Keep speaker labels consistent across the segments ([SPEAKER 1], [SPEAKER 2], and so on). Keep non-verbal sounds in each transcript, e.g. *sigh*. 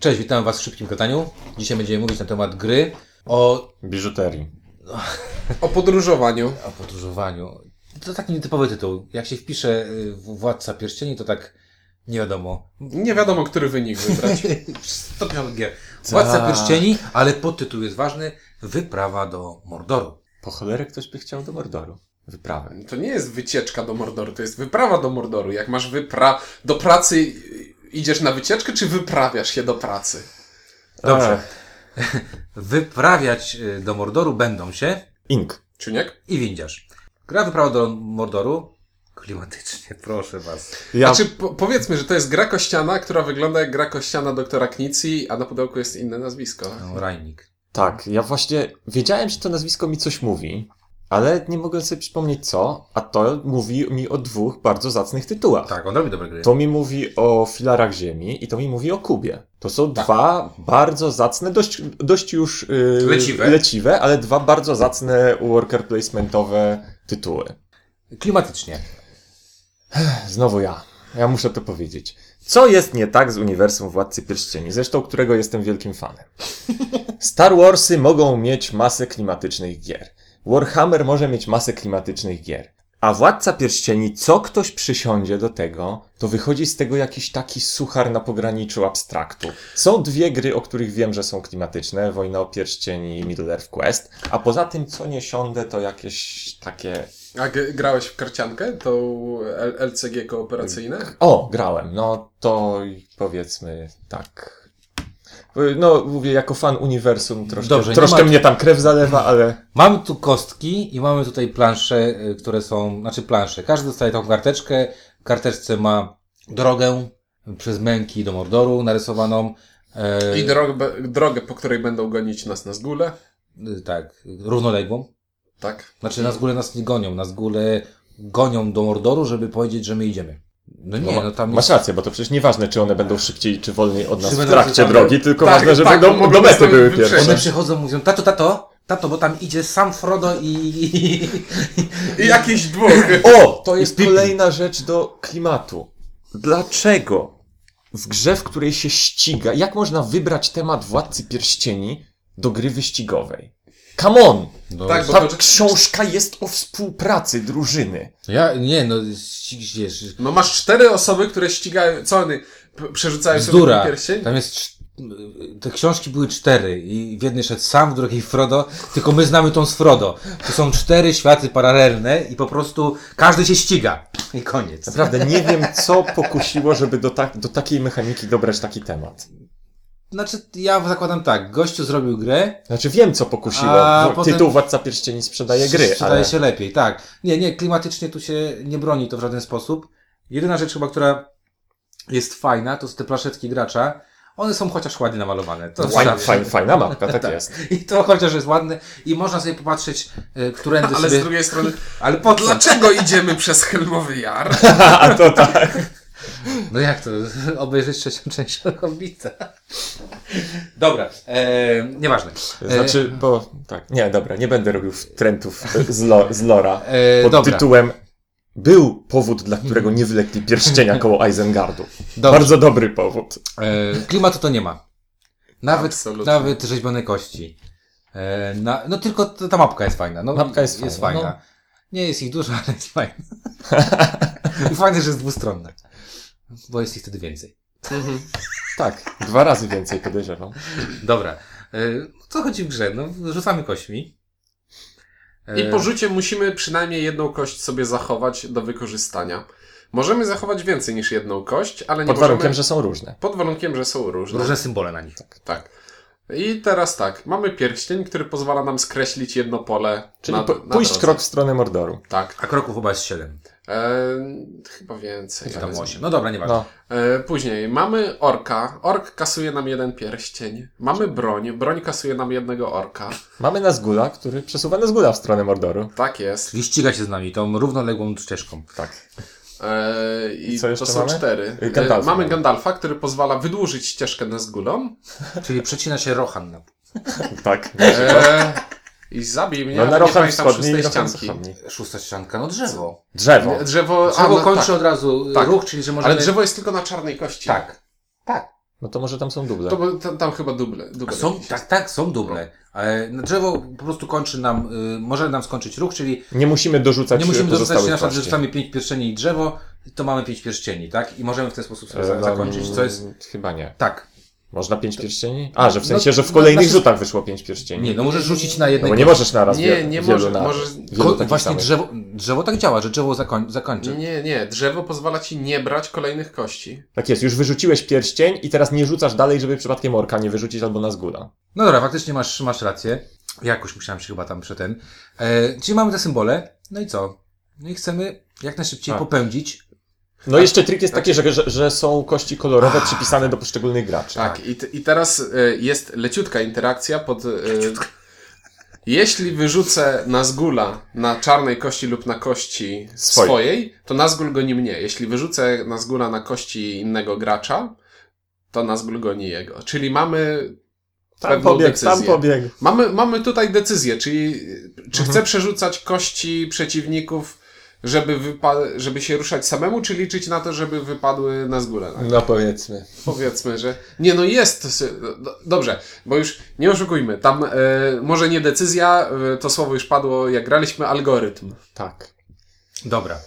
[SPEAKER 1] Cześć, witam Was w szybkim kataniu. Dzisiaj będziemy mówić na temat gry o,
[SPEAKER 2] Biżuterii.
[SPEAKER 3] O podróżowaniu.
[SPEAKER 1] o podróżowaniu. To taki nietypowy tytuł. Jak się wpisze y, w- Władca Pierścieni, to tak nie wiadomo. *laughs*
[SPEAKER 3] Nie wiadomo, który wynik wybrać. *laughs*
[SPEAKER 1] 150 gier. Władca
[SPEAKER 2] Tak.
[SPEAKER 1] Pierścieni, ale podtytuł jest ważny. Wyprawa do Mordoru.
[SPEAKER 2] Po cholerę ktoś by chciał do Mordoru. Wyprawę.
[SPEAKER 3] To nie jest wycieczka do Mordoru, to jest wyprawa do Mordoru. Jak masz wypra... do pracy y, idziesz na wycieczkę, czy wyprawiasz się do pracy?
[SPEAKER 1] Dobrze.
[SPEAKER 2] Ech,
[SPEAKER 1] Wyprawiać y, do Mordoru będą się
[SPEAKER 2] Ink.
[SPEAKER 3] Czuniek?
[SPEAKER 1] i windziarz. Gra Wyprawa do Mordoru. Klimatycznie, *laughs* proszę Was.
[SPEAKER 2] Ja...
[SPEAKER 3] Znaczy, po powiedzmy, że to jest gra kościana, która wygląda jak gra kościana doktora Knicji, a na pudełku jest inne nazwisko.
[SPEAKER 1] No, Rajnik.
[SPEAKER 2] Tak, ja właśnie wiedziałem, że to nazwisko mi coś mówi, ale nie mogłem sobie przypomnieć co, a to mówi mi o dwóch bardzo zacnych tytułach.
[SPEAKER 1] Tak, on robi dobre gry.
[SPEAKER 2] To mi mówi o filarach ziemi i to mi mówi o Kubie. To są
[SPEAKER 1] Tak.
[SPEAKER 2] dwa bardzo zacne, dość, dość już yy,
[SPEAKER 1] Leciwe.
[SPEAKER 2] leciwe, ale dwa bardzo zacne worker placementowe tytuły.
[SPEAKER 1] Klimatycznie.
[SPEAKER 2] Znowu ja. Ja muszę to powiedzieć. Co jest nie tak z uniwersum Władcy Pierścieni, zresztą którego jestem wielkim fanem? Star Warsy mogą mieć masę klimatycznych gier. Warhammer może mieć masę klimatycznych gier. A Władca Pierścieni, co ktoś przysiądzie do tego, to wychodzi z tego jakiś taki suchar na pograniczu abstraktu. Są dwie gry, o których wiem, że są klimatyczne, Wojna o Pierścień i Middle Earth Quest, a poza tym, co nie siądę, to jakieś takie...
[SPEAKER 3] A g- grałeś w karciankę, tą L- LCG kooperacyjne?
[SPEAKER 2] O, grałem. No to powiedzmy tak. No, mówię, jako fan uniwersum troszkę,
[SPEAKER 1] Dobrze, nie
[SPEAKER 2] troszkę
[SPEAKER 1] ma-
[SPEAKER 2] mnie tam krew zalewa, ale
[SPEAKER 1] Mamy tu kostki i mamy tutaj plansze, y, które są, znaczy plansze. Każdy dostaje taką karteczkę. W karteczce ma drogę przez męki do Mordoru narysowaną. E,
[SPEAKER 3] I drogę, drogę, po której będą gonić nas na zgóle,
[SPEAKER 1] y, tak, równoległą.
[SPEAKER 3] tak?
[SPEAKER 1] Znaczy nas góle nas nie gonią, nas góle gonią do Mordoru, żeby powiedzieć, że my idziemy. No nie,
[SPEAKER 2] ma-
[SPEAKER 1] no tam
[SPEAKER 2] masz rację, bo to przecież nieważne, czy one będą szybciej czy wolniej od nas
[SPEAKER 1] Czy
[SPEAKER 2] w
[SPEAKER 1] będą
[SPEAKER 2] trakcie
[SPEAKER 1] szybciej-
[SPEAKER 2] drogi, tylko
[SPEAKER 3] Tak,
[SPEAKER 2] ważne, że
[SPEAKER 3] tak,
[SPEAKER 2] będą
[SPEAKER 3] mogą
[SPEAKER 2] do mety
[SPEAKER 3] sobie
[SPEAKER 2] były
[SPEAKER 3] wyprzedzić.
[SPEAKER 2] pierwsze.
[SPEAKER 1] One przychodzą, mówią, tato, tato, tato, bo tam idzie sam Frodo i... i-
[SPEAKER 3] I jakichś dwóch.
[SPEAKER 2] O! To
[SPEAKER 1] I
[SPEAKER 2] jest
[SPEAKER 1] Pippin.
[SPEAKER 2] kolejna rzecz do klimatu. Dlaczego w grze, w której się ściga, jak można wybrać temat Władcy Pierścieni do gry wyścigowej? Come on!
[SPEAKER 1] No,
[SPEAKER 3] Tak, bo-
[SPEAKER 2] Ta książka jest o współpracy drużyny.
[SPEAKER 1] Ja, nie, no, ś- wiesz,
[SPEAKER 3] No masz cztery osoby, które ścigają, co one p- przerzucają sobie
[SPEAKER 1] Bzdura.
[SPEAKER 3] ten pierścień?
[SPEAKER 2] Tak,
[SPEAKER 1] Tam jest. cz- Te książki były cztery i w jednej szedł sam, w drugiej Frodo, tylko my znamy tą z Frodo. To są cztery światy paralelne i po prostu każdy się ściga. I koniec.
[SPEAKER 2] Naprawdę nie wiem, co pokusiło, żeby do, tak, do takiej mechaniki dobrać taki temat.
[SPEAKER 1] Znaczy, ja zakładam tak, gościu zrobił grę,
[SPEAKER 2] Znaczy wiem, co pokusiło.
[SPEAKER 1] A
[SPEAKER 2] Wo-
[SPEAKER 1] potem-
[SPEAKER 2] Tytuł Władca Pierścieni sprzedaje gry,
[SPEAKER 1] sprzedaje
[SPEAKER 2] ale...
[SPEAKER 1] się lepiej, tak. Nie, nie, klimatycznie tu się nie broni to w żaden sposób. Jedyna rzecz chyba, która jest fajna, to są te plaszetki gracza. One są chociaż ładnie namalowane. To
[SPEAKER 2] Fajna,
[SPEAKER 1] zawsze.
[SPEAKER 2] fajna, fajna mapka, tak jest.
[SPEAKER 1] *laughs*
[SPEAKER 2] *laughs*
[SPEAKER 1] I to chociaż jest ładne i można sobie popatrzeć, y, którędy
[SPEAKER 3] Ale
[SPEAKER 1] sobie...
[SPEAKER 3] z
[SPEAKER 2] *laughs*
[SPEAKER 3] drugiej strony,
[SPEAKER 1] Ale po co?
[SPEAKER 3] dlaczego idziemy przez Helmowy Jar?
[SPEAKER 2] A to tak.
[SPEAKER 1] No jak to? *laughs* Obejrzeć trzecią część Hobbita. Dobra, e, nieważne.
[SPEAKER 2] Znaczy, bo... Tak, nie, dobra, nie będę robił trendów z, lo, z lora
[SPEAKER 1] E,
[SPEAKER 2] pod
[SPEAKER 1] dobra.
[SPEAKER 2] tytułem był powód, dla którego nie wylekli pierścienia koło Eisengardu.
[SPEAKER 1] Dobrze.
[SPEAKER 2] Bardzo dobry powód.
[SPEAKER 1] E, klimatu to nie ma. Nawet,
[SPEAKER 3] Absolutnie.
[SPEAKER 1] nawet rzeźbione kości. E, na, no tylko t- ta mapka jest fajna. No,
[SPEAKER 2] Mapka jest fajna, No.
[SPEAKER 1] Nie jest ich dużo, *laughs* ale jest fajna. I fajne, że jest dwustronna. Bo jest ich wtedy więcej.
[SPEAKER 2] Mhm. Tak, dwa razy więcej podejrzewam.
[SPEAKER 1] Dobra. E, co chodzi w grze? No, rzucamy kośćmi. E,
[SPEAKER 3] I po rzucie musimy przynajmniej jedną kość sobie zachować do wykorzystania. Możemy zachować więcej niż jedną kość, ale nie
[SPEAKER 2] Pod warunkiem,
[SPEAKER 3] możemy...
[SPEAKER 2] że są różne.
[SPEAKER 3] Pod warunkiem, że są różne.
[SPEAKER 1] Różne symbole na nich.
[SPEAKER 3] Tak. I teraz tak, mamy pierścień, który pozwala nam skreślić jedno pole
[SPEAKER 2] Czyli
[SPEAKER 3] na,
[SPEAKER 2] po,
[SPEAKER 3] na
[SPEAKER 2] pójść
[SPEAKER 3] drodze.
[SPEAKER 2] krok w stronę Mordoru.
[SPEAKER 3] Tak.
[SPEAKER 1] A kroków chyba jest siedem.
[SPEAKER 3] E, chyba więcej.
[SPEAKER 1] Czy
[SPEAKER 3] ale-
[SPEAKER 1] tam osiem. No dobra, nieważne.
[SPEAKER 2] No.
[SPEAKER 3] E, Później mamy orka. Ork kasuje nam jeden pierścień. Mamy broń. Broń kasuje nam jednego orka.
[SPEAKER 2] Mamy Nazgula, który przesuwa Nazgula w stronę Mordoru.
[SPEAKER 3] Tak jest.
[SPEAKER 1] Czyli ściga się z nami tą równoległą ścieżką.
[SPEAKER 2] Tak.
[SPEAKER 3] E, I,
[SPEAKER 2] I co jeszcze
[SPEAKER 3] to są
[SPEAKER 2] mamy?
[SPEAKER 3] cztery.
[SPEAKER 2] Y, Gandalfa
[SPEAKER 3] E, mamy
[SPEAKER 2] mamy.
[SPEAKER 3] Gandalfa, który pozwala wydłużyć ścieżkę
[SPEAKER 2] *laughs*
[SPEAKER 3] Nazgulą.
[SPEAKER 1] Czyli przecina się Rohan na
[SPEAKER 2] Tak.
[SPEAKER 3] E, I zabij mnie,
[SPEAKER 2] No, na
[SPEAKER 3] ale nie
[SPEAKER 2] Rocham
[SPEAKER 3] pamiętam
[SPEAKER 2] Wschodni i
[SPEAKER 3] szóstej
[SPEAKER 2] Rocham
[SPEAKER 3] ścianki.
[SPEAKER 2] Zachodni.
[SPEAKER 1] szósta ścianka. No drzewo.
[SPEAKER 2] Drzewo.
[SPEAKER 3] Drzewo, a,
[SPEAKER 1] Drzewo
[SPEAKER 3] no,
[SPEAKER 1] kończy
[SPEAKER 3] tak.
[SPEAKER 1] od razu
[SPEAKER 3] Tak.
[SPEAKER 1] ruch, czyli że możemy...
[SPEAKER 3] Ale drzewo jest tylko na czarnej kości.
[SPEAKER 1] Tak. Tak.
[SPEAKER 2] No to może tam są duble.
[SPEAKER 3] To, bo tam, tam chyba duble. duble
[SPEAKER 1] Są,
[SPEAKER 3] jakieś.
[SPEAKER 1] tak, tak, są duble. Ale na drzewo po prostu kończy nam, y, może nam skończyć ruch, czyli
[SPEAKER 2] Nie musimy dorzucać
[SPEAKER 1] nie musimy dorzucać się
[SPEAKER 2] pozostałych
[SPEAKER 1] na przykład,
[SPEAKER 2] kości.
[SPEAKER 1] że rzucamy pięć pierścieni i drzewo, to mamy pięć pierścieni, tak? I możemy w ten sposób sobie
[SPEAKER 2] E,
[SPEAKER 1] za-
[SPEAKER 2] no,
[SPEAKER 1] zakończyć, co jest...
[SPEAKER 2] Chyba nie.
[SPEAKER 1] Tak.
[SPEAKER 2] Można pięć pierścieni? A, że w
[SPEAKER 1] No,
[SPEAKER 2] sensie, że w
[SPEAKER 1] no,
[SPEAKER 2] kolejnych
[SPEAKER 1] znaczy-
[SPEAKER 2] rzutach wyszło pięć pierścieni.
[SPEAKER 1] Nie, no możesz rzucić na
[SPEAKER 2] no
[SPEAKER 1] jednego.
[SPEAKER 2] bo nie możesz naraz
[SPEAKER 3] Nie,
[SPEAKER 2] wie-
[SPEAKER 3] nie
[SPEAKER 2] wielu
[SPEAKER 3] może-
[SPEAKER 2] na,
[SPEAKER 3] możesz-
[SPEAKER 2] wielu
[SPEAKER 1] Ko-
[SPEAKER 2] takich
[SPEAKER 1] właśnie
[SPEAKER 2] samych.
[SPEAKER 1] drzewo, drzewo tak działa, że drzewo zakoń, zakończy.
[SPEAKER 3] Nie, nie, drzewo pozwala ci nie brać kolejnych kości.
[SPEAKER 2] Tak jest, już wyrzuciłeś pierścień i teraz nie rzucasz dalej, żeby przypadkiem orka nie wyrzucić albo na zgóra.
[SPEAKER 1] No dobra, faktycznie masz, masz rację. Jakoś musiałem się chyba tam przeten. E, czyli mamy te symbole, no i co? No i chcemy jak najszybciej
[SPEAKER 2] A.
[SPEAKER 1] popędzić.
[SPEAKER 2] No jeszcze trik jest taki, że, że, że są kości kolorowe przypisane do poszczególnych graczy.
[SPEAKER 3] Tak, i, t- i teraz y, jest leciutka interakcja pod. y, Jeśli wyrzucę Nazgula na czarnej kości lub na kości
[SPEAKER 2] Swojej.
[SPEAKER 3] swojej, to Nazgul goni mnie. Jeśli wyrzucę Nazgula na kości innego gracza, to Nazgul goni jego. Czyli mamy
[SPEAKER 2] Tam
[SPEAKER 3] pewną
[SPEAKER 2] pobiegł,
[SPEAKER 3] decyzję.
[SPEAKER 2] tam pobiegł.
[SPEAKER 3] Mamy, mamy tutaj decyzję, czyli czy chcę przerzucać kości przeciwników, żeby, wypa- żeby się ruszać samemu, czy liczyć na to, żeby wypadły na z górę.
[SPEAKER 2] No powiedzmy.
[SPEAKER 3] Powiedzmy, że. Nie, no jest. to sy- do- Dobrze, bo już nie oszukujmy. Tam e, może nie decyzja, e, to słowo już padło, jak graliśmy algorytm.
[SPEAKER 2] Tak.
[SPEAKER 1] Dobra.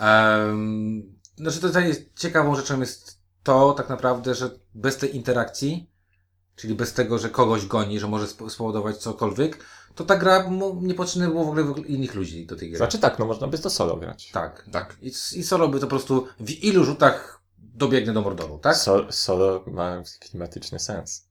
[SPEAKER 1] Um, znaczy to tutaj jest ciekawą rzeczą jest to tak naprawdę, że bez tej interakcji, czyli bez tego, że kogoś goni, że może spo- spowodować cokolwiek, to ta gra mu- nie potrzebne było w ogóle w- innych ludzi do tej gry.
[SPEAKER 2] Znaczy tak, no można by to solo grać.
[SPEAKER 1] Tak.
[SPEAKER 3] Tak.
[SPEAKER 1] I, I solo by to po prostu w ilu rzutach dobiegnę do Mordoru, tak?
[SPEAKER 2] So, solo ma klimatyczny sens.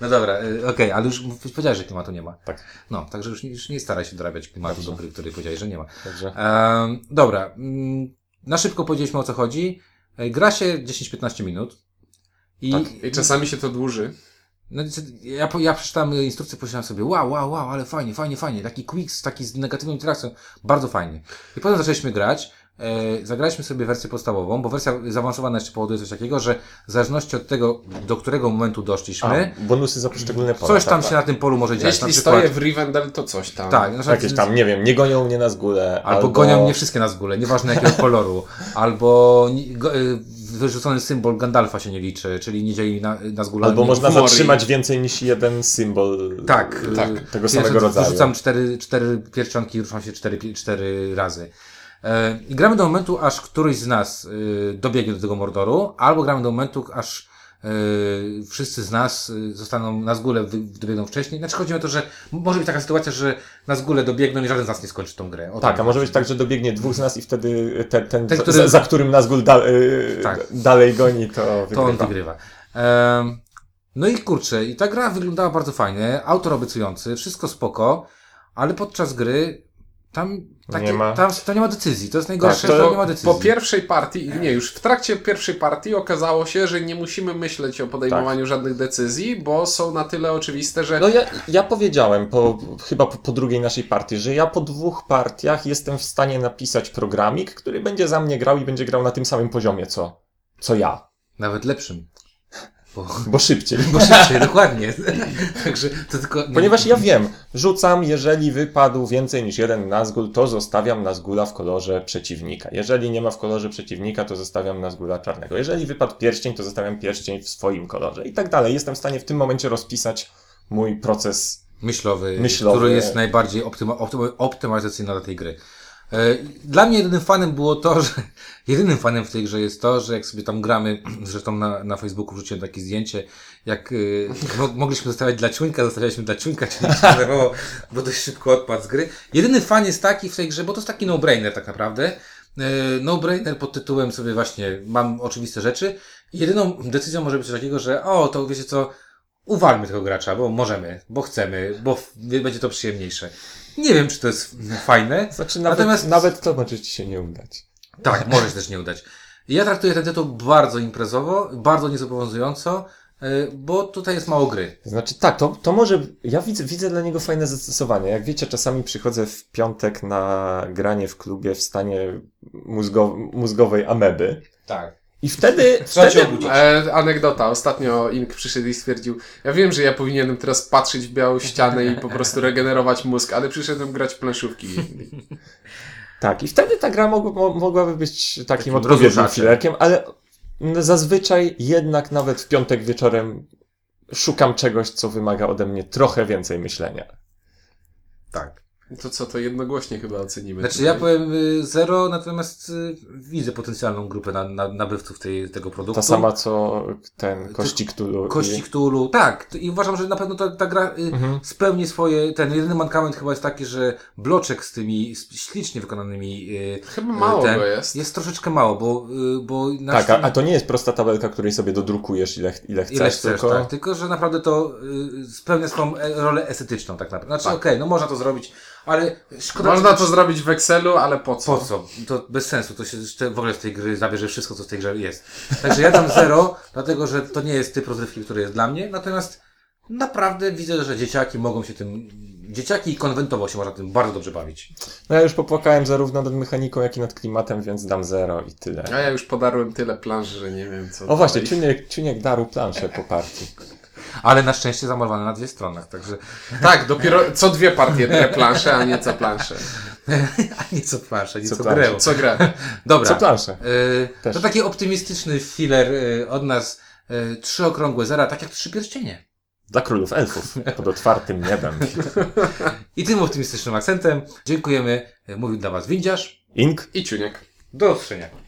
[SPEAKER 1] No dobra, y, okej, ale już m- powiedziałeś, że klimatu nie ma.
[SPEAKER 2] Tak.
[SPEAKER 1] No, także już, nie- już nie staraj się dorabiać klimatu, do
[SPEAKER 2] Dobrze.
[SPEAKER 1] gry, który powiedziałeś, że nie ma.
[SPEAKER 2] Także
[SPEAKER 1] Em, dobra, mm, na szybko powiedzieliśmy o co chodzi. E, Gra się 10-15 minut. I,
[SPEAKER 2] Tak,
[SPEAKER 3] I czasami się to dłuży.
[SPEAKER 1] no, niestety, ja, po- ja przeczytałem e, instrukcję, pomyślałem sobie, wow, wow, wow, ale fajnie, fajnie, fajnie. Taki quicks, taki z negatywną interakcją, bardzo fajnie. I potem zaczęliśmy grać. E, zagraliśmy sobie wersję podstawową, bo wersja zaawansowana jeszcze powoduje coś takiego, że w zależności od tego, do którego momentu
[SPEAKER 2] A,
[SPEAKER 1] doszliśmy,
[SPEAKER 2] bonusy za poszczególne pola.
[SPEAKER 1] coś tam
[SPEAKER 2] tak,
[SPEAKER 1] się na tym polu może dziać.
[SPEAKER 3] Jeśli
[SPEAKER 1] na przykład,
[SPEAKER 3] stoję w Rivendell, to coś tam.
[SPEAKER 1] tak, na
[SPEAKER 2] tak.
[SPEAKER 1] przykład-
[SPEAKER 2] Jakieś tam, nie wiem, nie gonią mnie na zgórę.
[SPEAKER 1] Albo gonią mnie wszystkie na zgóle, nieważne jakiego
[SPEAKER 3] *laughs*
[SPEAKER 1] koloru. Albo ni- go, y, wyrzucony symbol Gandalfa się nie liczy, czyli nie dzieli na, na zgóle.
[SPEAKER 2] Albo
[SPEAKER 1] nie-
[SPEAKER 2] można
[SPEAKER 3] humory.
[SPEAKER 2] zatrzymać więcej niż jeden symbol.
[SPEAKER 1] Tak,
[SPEAKER 2] y,
[SPEAKER 1] tak.
[SPEAKER 2] Tego
[SPEAKER 1] Czyli na
[SPEAKER 2] samego
[SPEAKER 1] przykład
[SPEAKER 2] rodzaju.
[SPEAKER 1] Wyrzucam cztery, cztery pierścionki i ruszam się cztery, pi- cztery razy. E, I gramy do momentu, aż któryś z nas y, dobiegnie do tego Mordoru, albo gramy do momentu, aż y, wszyscy z nas y, zostaną na zgóle, wy- dobiegną wcześniej. Znaczy chodzi o to, że może być taka sytuacja, że na zgóle dobiegną i żaden z nas nie skończy tą grę. O
[SPEAKER 2] Tak,
[SPEAKER 1] tym
[SPEAKER 2] a może być tak, że dobiegnie dwóch z nas i wtedy ten, ten,
[SPEAKER 1] Ten,
[SPEAKER 2] za-
[SPEAKER 1] który-
[SPEAKER 2] za, za którym Nazgul da, y,
[SPEAKER 1] Tak.
[SPEAKER 2] dalej goni, to wygrywa.
[SPEAKER 1] To on wygrywa. Em, no i kurczę, i ta gra wyglądała bardzo fajnie, autor obiecujący, wszystko spoko, ale podczas gry tam, takie,
[SPEAKER 2] Nie ma. Tak,
[SPEAKER 1] tam to nie ma decyzji, to jest najgorsze,
[SPEAKER 2] to
[SPEAKER 1] że nie ma decyzji.
[SPEAKER 3] Po pierwszej partii, i nie, już w trakcie pierwszej partii okazało się, że nie musimy myśleć o
[SPEAKER 1] Tak.
[SPEAKER 3] podejmowaniu żadnych decyzji, bo są na tyle oczywiste, że e,
[SPEAKER 2] No ja, ja powiedziałem po, chyba po, po drugiej naszej partii, że ja po dwóch partiach jestem w stanie napisać programik, który będzie za mnie grał i będzie grał na tym samym poziomie, co, co ja.
[SPEAKER 1] Nawet lepszym. Bo, *laughs*
[SPEAKER 2] Bo szybciej.
[SPEAKER 1] bo szybciej, dokładnie. *laughs* Także to tylko...
[SPEAKER 2] Ponieważ ja wiem, rzucam, jeżeli wypadł więcej niż jeden Nazgul, to zostawiam Nazgula w kolorze przeciwnika. Jeżeli nie ma w kolorze przeciwnika, to zostawiam Nazgula czarnego. Jeżeli wypadł pierścień, to zostawiam pierścień w swoim kolorze i tak dalej. Jestem w stanie w tym momencie rozpisać mój proces.
[SPEAKER 1] myślowy,
[SPEAKER 2] Myślowy.
[SPEAKER 1] który jest najbardziej optyma, optyma, optymalizacyjny dla tej gry. E, Dla mnie jedynym fanem było to, że *laughs* jedynym fanem w tej grze jest to, że jak sobie tam gramy, *clears throat* zresztą na, na Facebooku wrzuciłem takie zdjęcie, jak y, mo mogliśmy zostawiać dla ciuńka, zostawialiśmy dla ciuńka, *laughs* czyli się zerwało, bo dość szybko odpadł z gry. Jedyny fan jest taki w tej grze, bo to jest taki no-brainer tak naprawdę. E, No-brainer pod tytułem sobie właśnie mam oczywiste rzeczy. Jedyną decyzją może być coś takiego, że o, to wiecie co, uwalmy tego gracza, bo możemy, bo chcemy, bo f- będzie to przyjemniejsze. Nie wiem, czy to jest fajne.
[SPEAKER 2] Znaczy, nawet,
[SPEAKER 1] Natomiast-
[SPEAKER 2] nawet to może ci się nie udać.
[SPEAKER 1] Tak, może się też nie udać. Ja traktuję ten tytuł bardzo imprezowo, bardzo niezobowiązująco, y, bo tutaj jest mało gry.
[SPEAKER 2] Znaczy tak, to, to może. Ja widzę, widzę dla niego fajne zastosowanie. Jak wiecie, czasami przychodzę w piątek na granie w klubie w stanie mózgo, mózgowej ameby.
[SPEAKER 1] Tak.
[SPEAKER 2] I
[SPEAKER 1] *laughs*
[SPEAKER 2] wtedy.
[SPEAKER 1] Trzeba
[SPEAKER 2] wtedy
[SPEAKER 1] się obudzić.
[SPEAKER 3] E, anegdota. Ostatnio Ink przyszedł i stwierdził, ja wiem, że ja powinienem teraz patrzeć w białą ścianę
[SPEAKER 1] *laughs*
[SPEAKER 3] i po prostu regenerować mózg, ale przyszedłem grać w planszówki.
[SPEAKER 2] tak, i wtedy ta gra mogła, mo- mogłaby być takim,
[SPEAKER 1] Takim
[SPEAKER 2] odpowiednim
[SPEAKER 1] rozruszaczem.
[SPEAKER 2] filerkiem, ale No, Zazwyczaj jednak nawet w piątek wieczorem szukam czegoś, co wymaga ode mnie trochę więcej myślenia.
[SPEAKER 1] Tak.
[SPEAKER 3] To co, to jednogłośnie chyba ocenimy.
[SPEAKER 1] Znaczy
[SPEAKER 3] tutaj.
[SPEAKER 1] ja powiem y, zero, natomiast y, widzę potencjalną grupę na, na, nabywców tej, tego produktu.
[SPEAKER 2] Ta sama, co ten kościk tu.
[SPEAKER 1] Kości Cthulhu. Tak, to- i uważam, że na pewno ta, ta gra y,
[SPEAKER 2] Mhm.
[SPEAKER 1] spełni swoje. Ten jedyny mankament chyba jest taki, że bloczek z tymi z ślicznie wykonanymi. Y,
[SPEAKER 3] Chyba
[SPEAKER 1] y,
[SPEAKER 3] mało go jest.
[SPEAKER 1] Jest troszeczkę mało, bo, y, bo na
[SPEAKER 2] Tak, a,
[SPEAKER 1] Steamie-
[SPEAKER 2] a to nie jest prosta tabelka, której sobie dodrukujesz ile, ch- ile chcesz,
[SPEAKER 1] Ile chcesz,
[SPEAKER 2] tylko...
[SPEAKER 1] tak. Tylko, że naprawdę to y, spełnia swoją e, rolę estetyczną, tak naprawdę. Znaczy,
[SPEAKER 3] Tak.
[SPEAKER 1] okej, no można to zrobić, ale szkoda.
[SPEAKER 3] Można
[SPEAKER 1] że-
[SPEAKER 3] to zrobić w Excelu, ale po co?
[SPEAKER 1] Po co? To bez sensu. To się te- w ogóle z tej gry zabierze wszystko, co z tej gry jest. Także ja dam zero, *laughs* dlatego że to nie jest typ rozrywki, który jest dla mnie. Natomiast naprawdę widzę, że dzieciaki mogą się tym. Dzieciaki i konwentowo się można tym bardzo dobrze bawić.
[SPEAKER 2] No ja już popłakałem zarówno nad mechaniką, jak i nad klimatem, więc dam zero i tyle.
[SPEAKER 3] A ja już podarłem tyle planż, że nie wiem co.
[SPEAKER 2] O właśnie,
[SPEAKER 3] dalej.
[SPEAKER 2] Czuniek, Czuniek darł planszę po partii.
[SPEAKER 1] Ale na szczęście zamalowane na dwie stronach, także. *laughs*
[SPEAKER 3] Tak, dopiero co dwie partie, dwie plansze, a nie co plansze.
[SPEAKER 1] A nie co plansze, nie
[SPEAKER 2] Co
[SPEAKER 1] co,
[SPEAKER 2] plansze,
[SPEAKER 1] grę.
[SPEAKER 3] Co gra?
[SPEAKER 1] Dobra.
[SPEAKER 2] Co planszę?
[SPEAKER 1] Y,
[SPEAKER 2] Też.
[SPEAKER 1] to taki optymistyczny filler y, od nas. Y, trzy okrągłe zera, tak jak trzy pierścienie.
[SPEAKER 2] Dla królów elfów, pod otwartym niebem.
[SPEAKER 1] I tym optymistycznym akcentem dziękujemy. Mówił dla e, Was Windziarz.
[SPEAKER 2] Ink?
[SPEAKER 3] I ciuniek.
[SPEAKER 1] Do usłyszenia.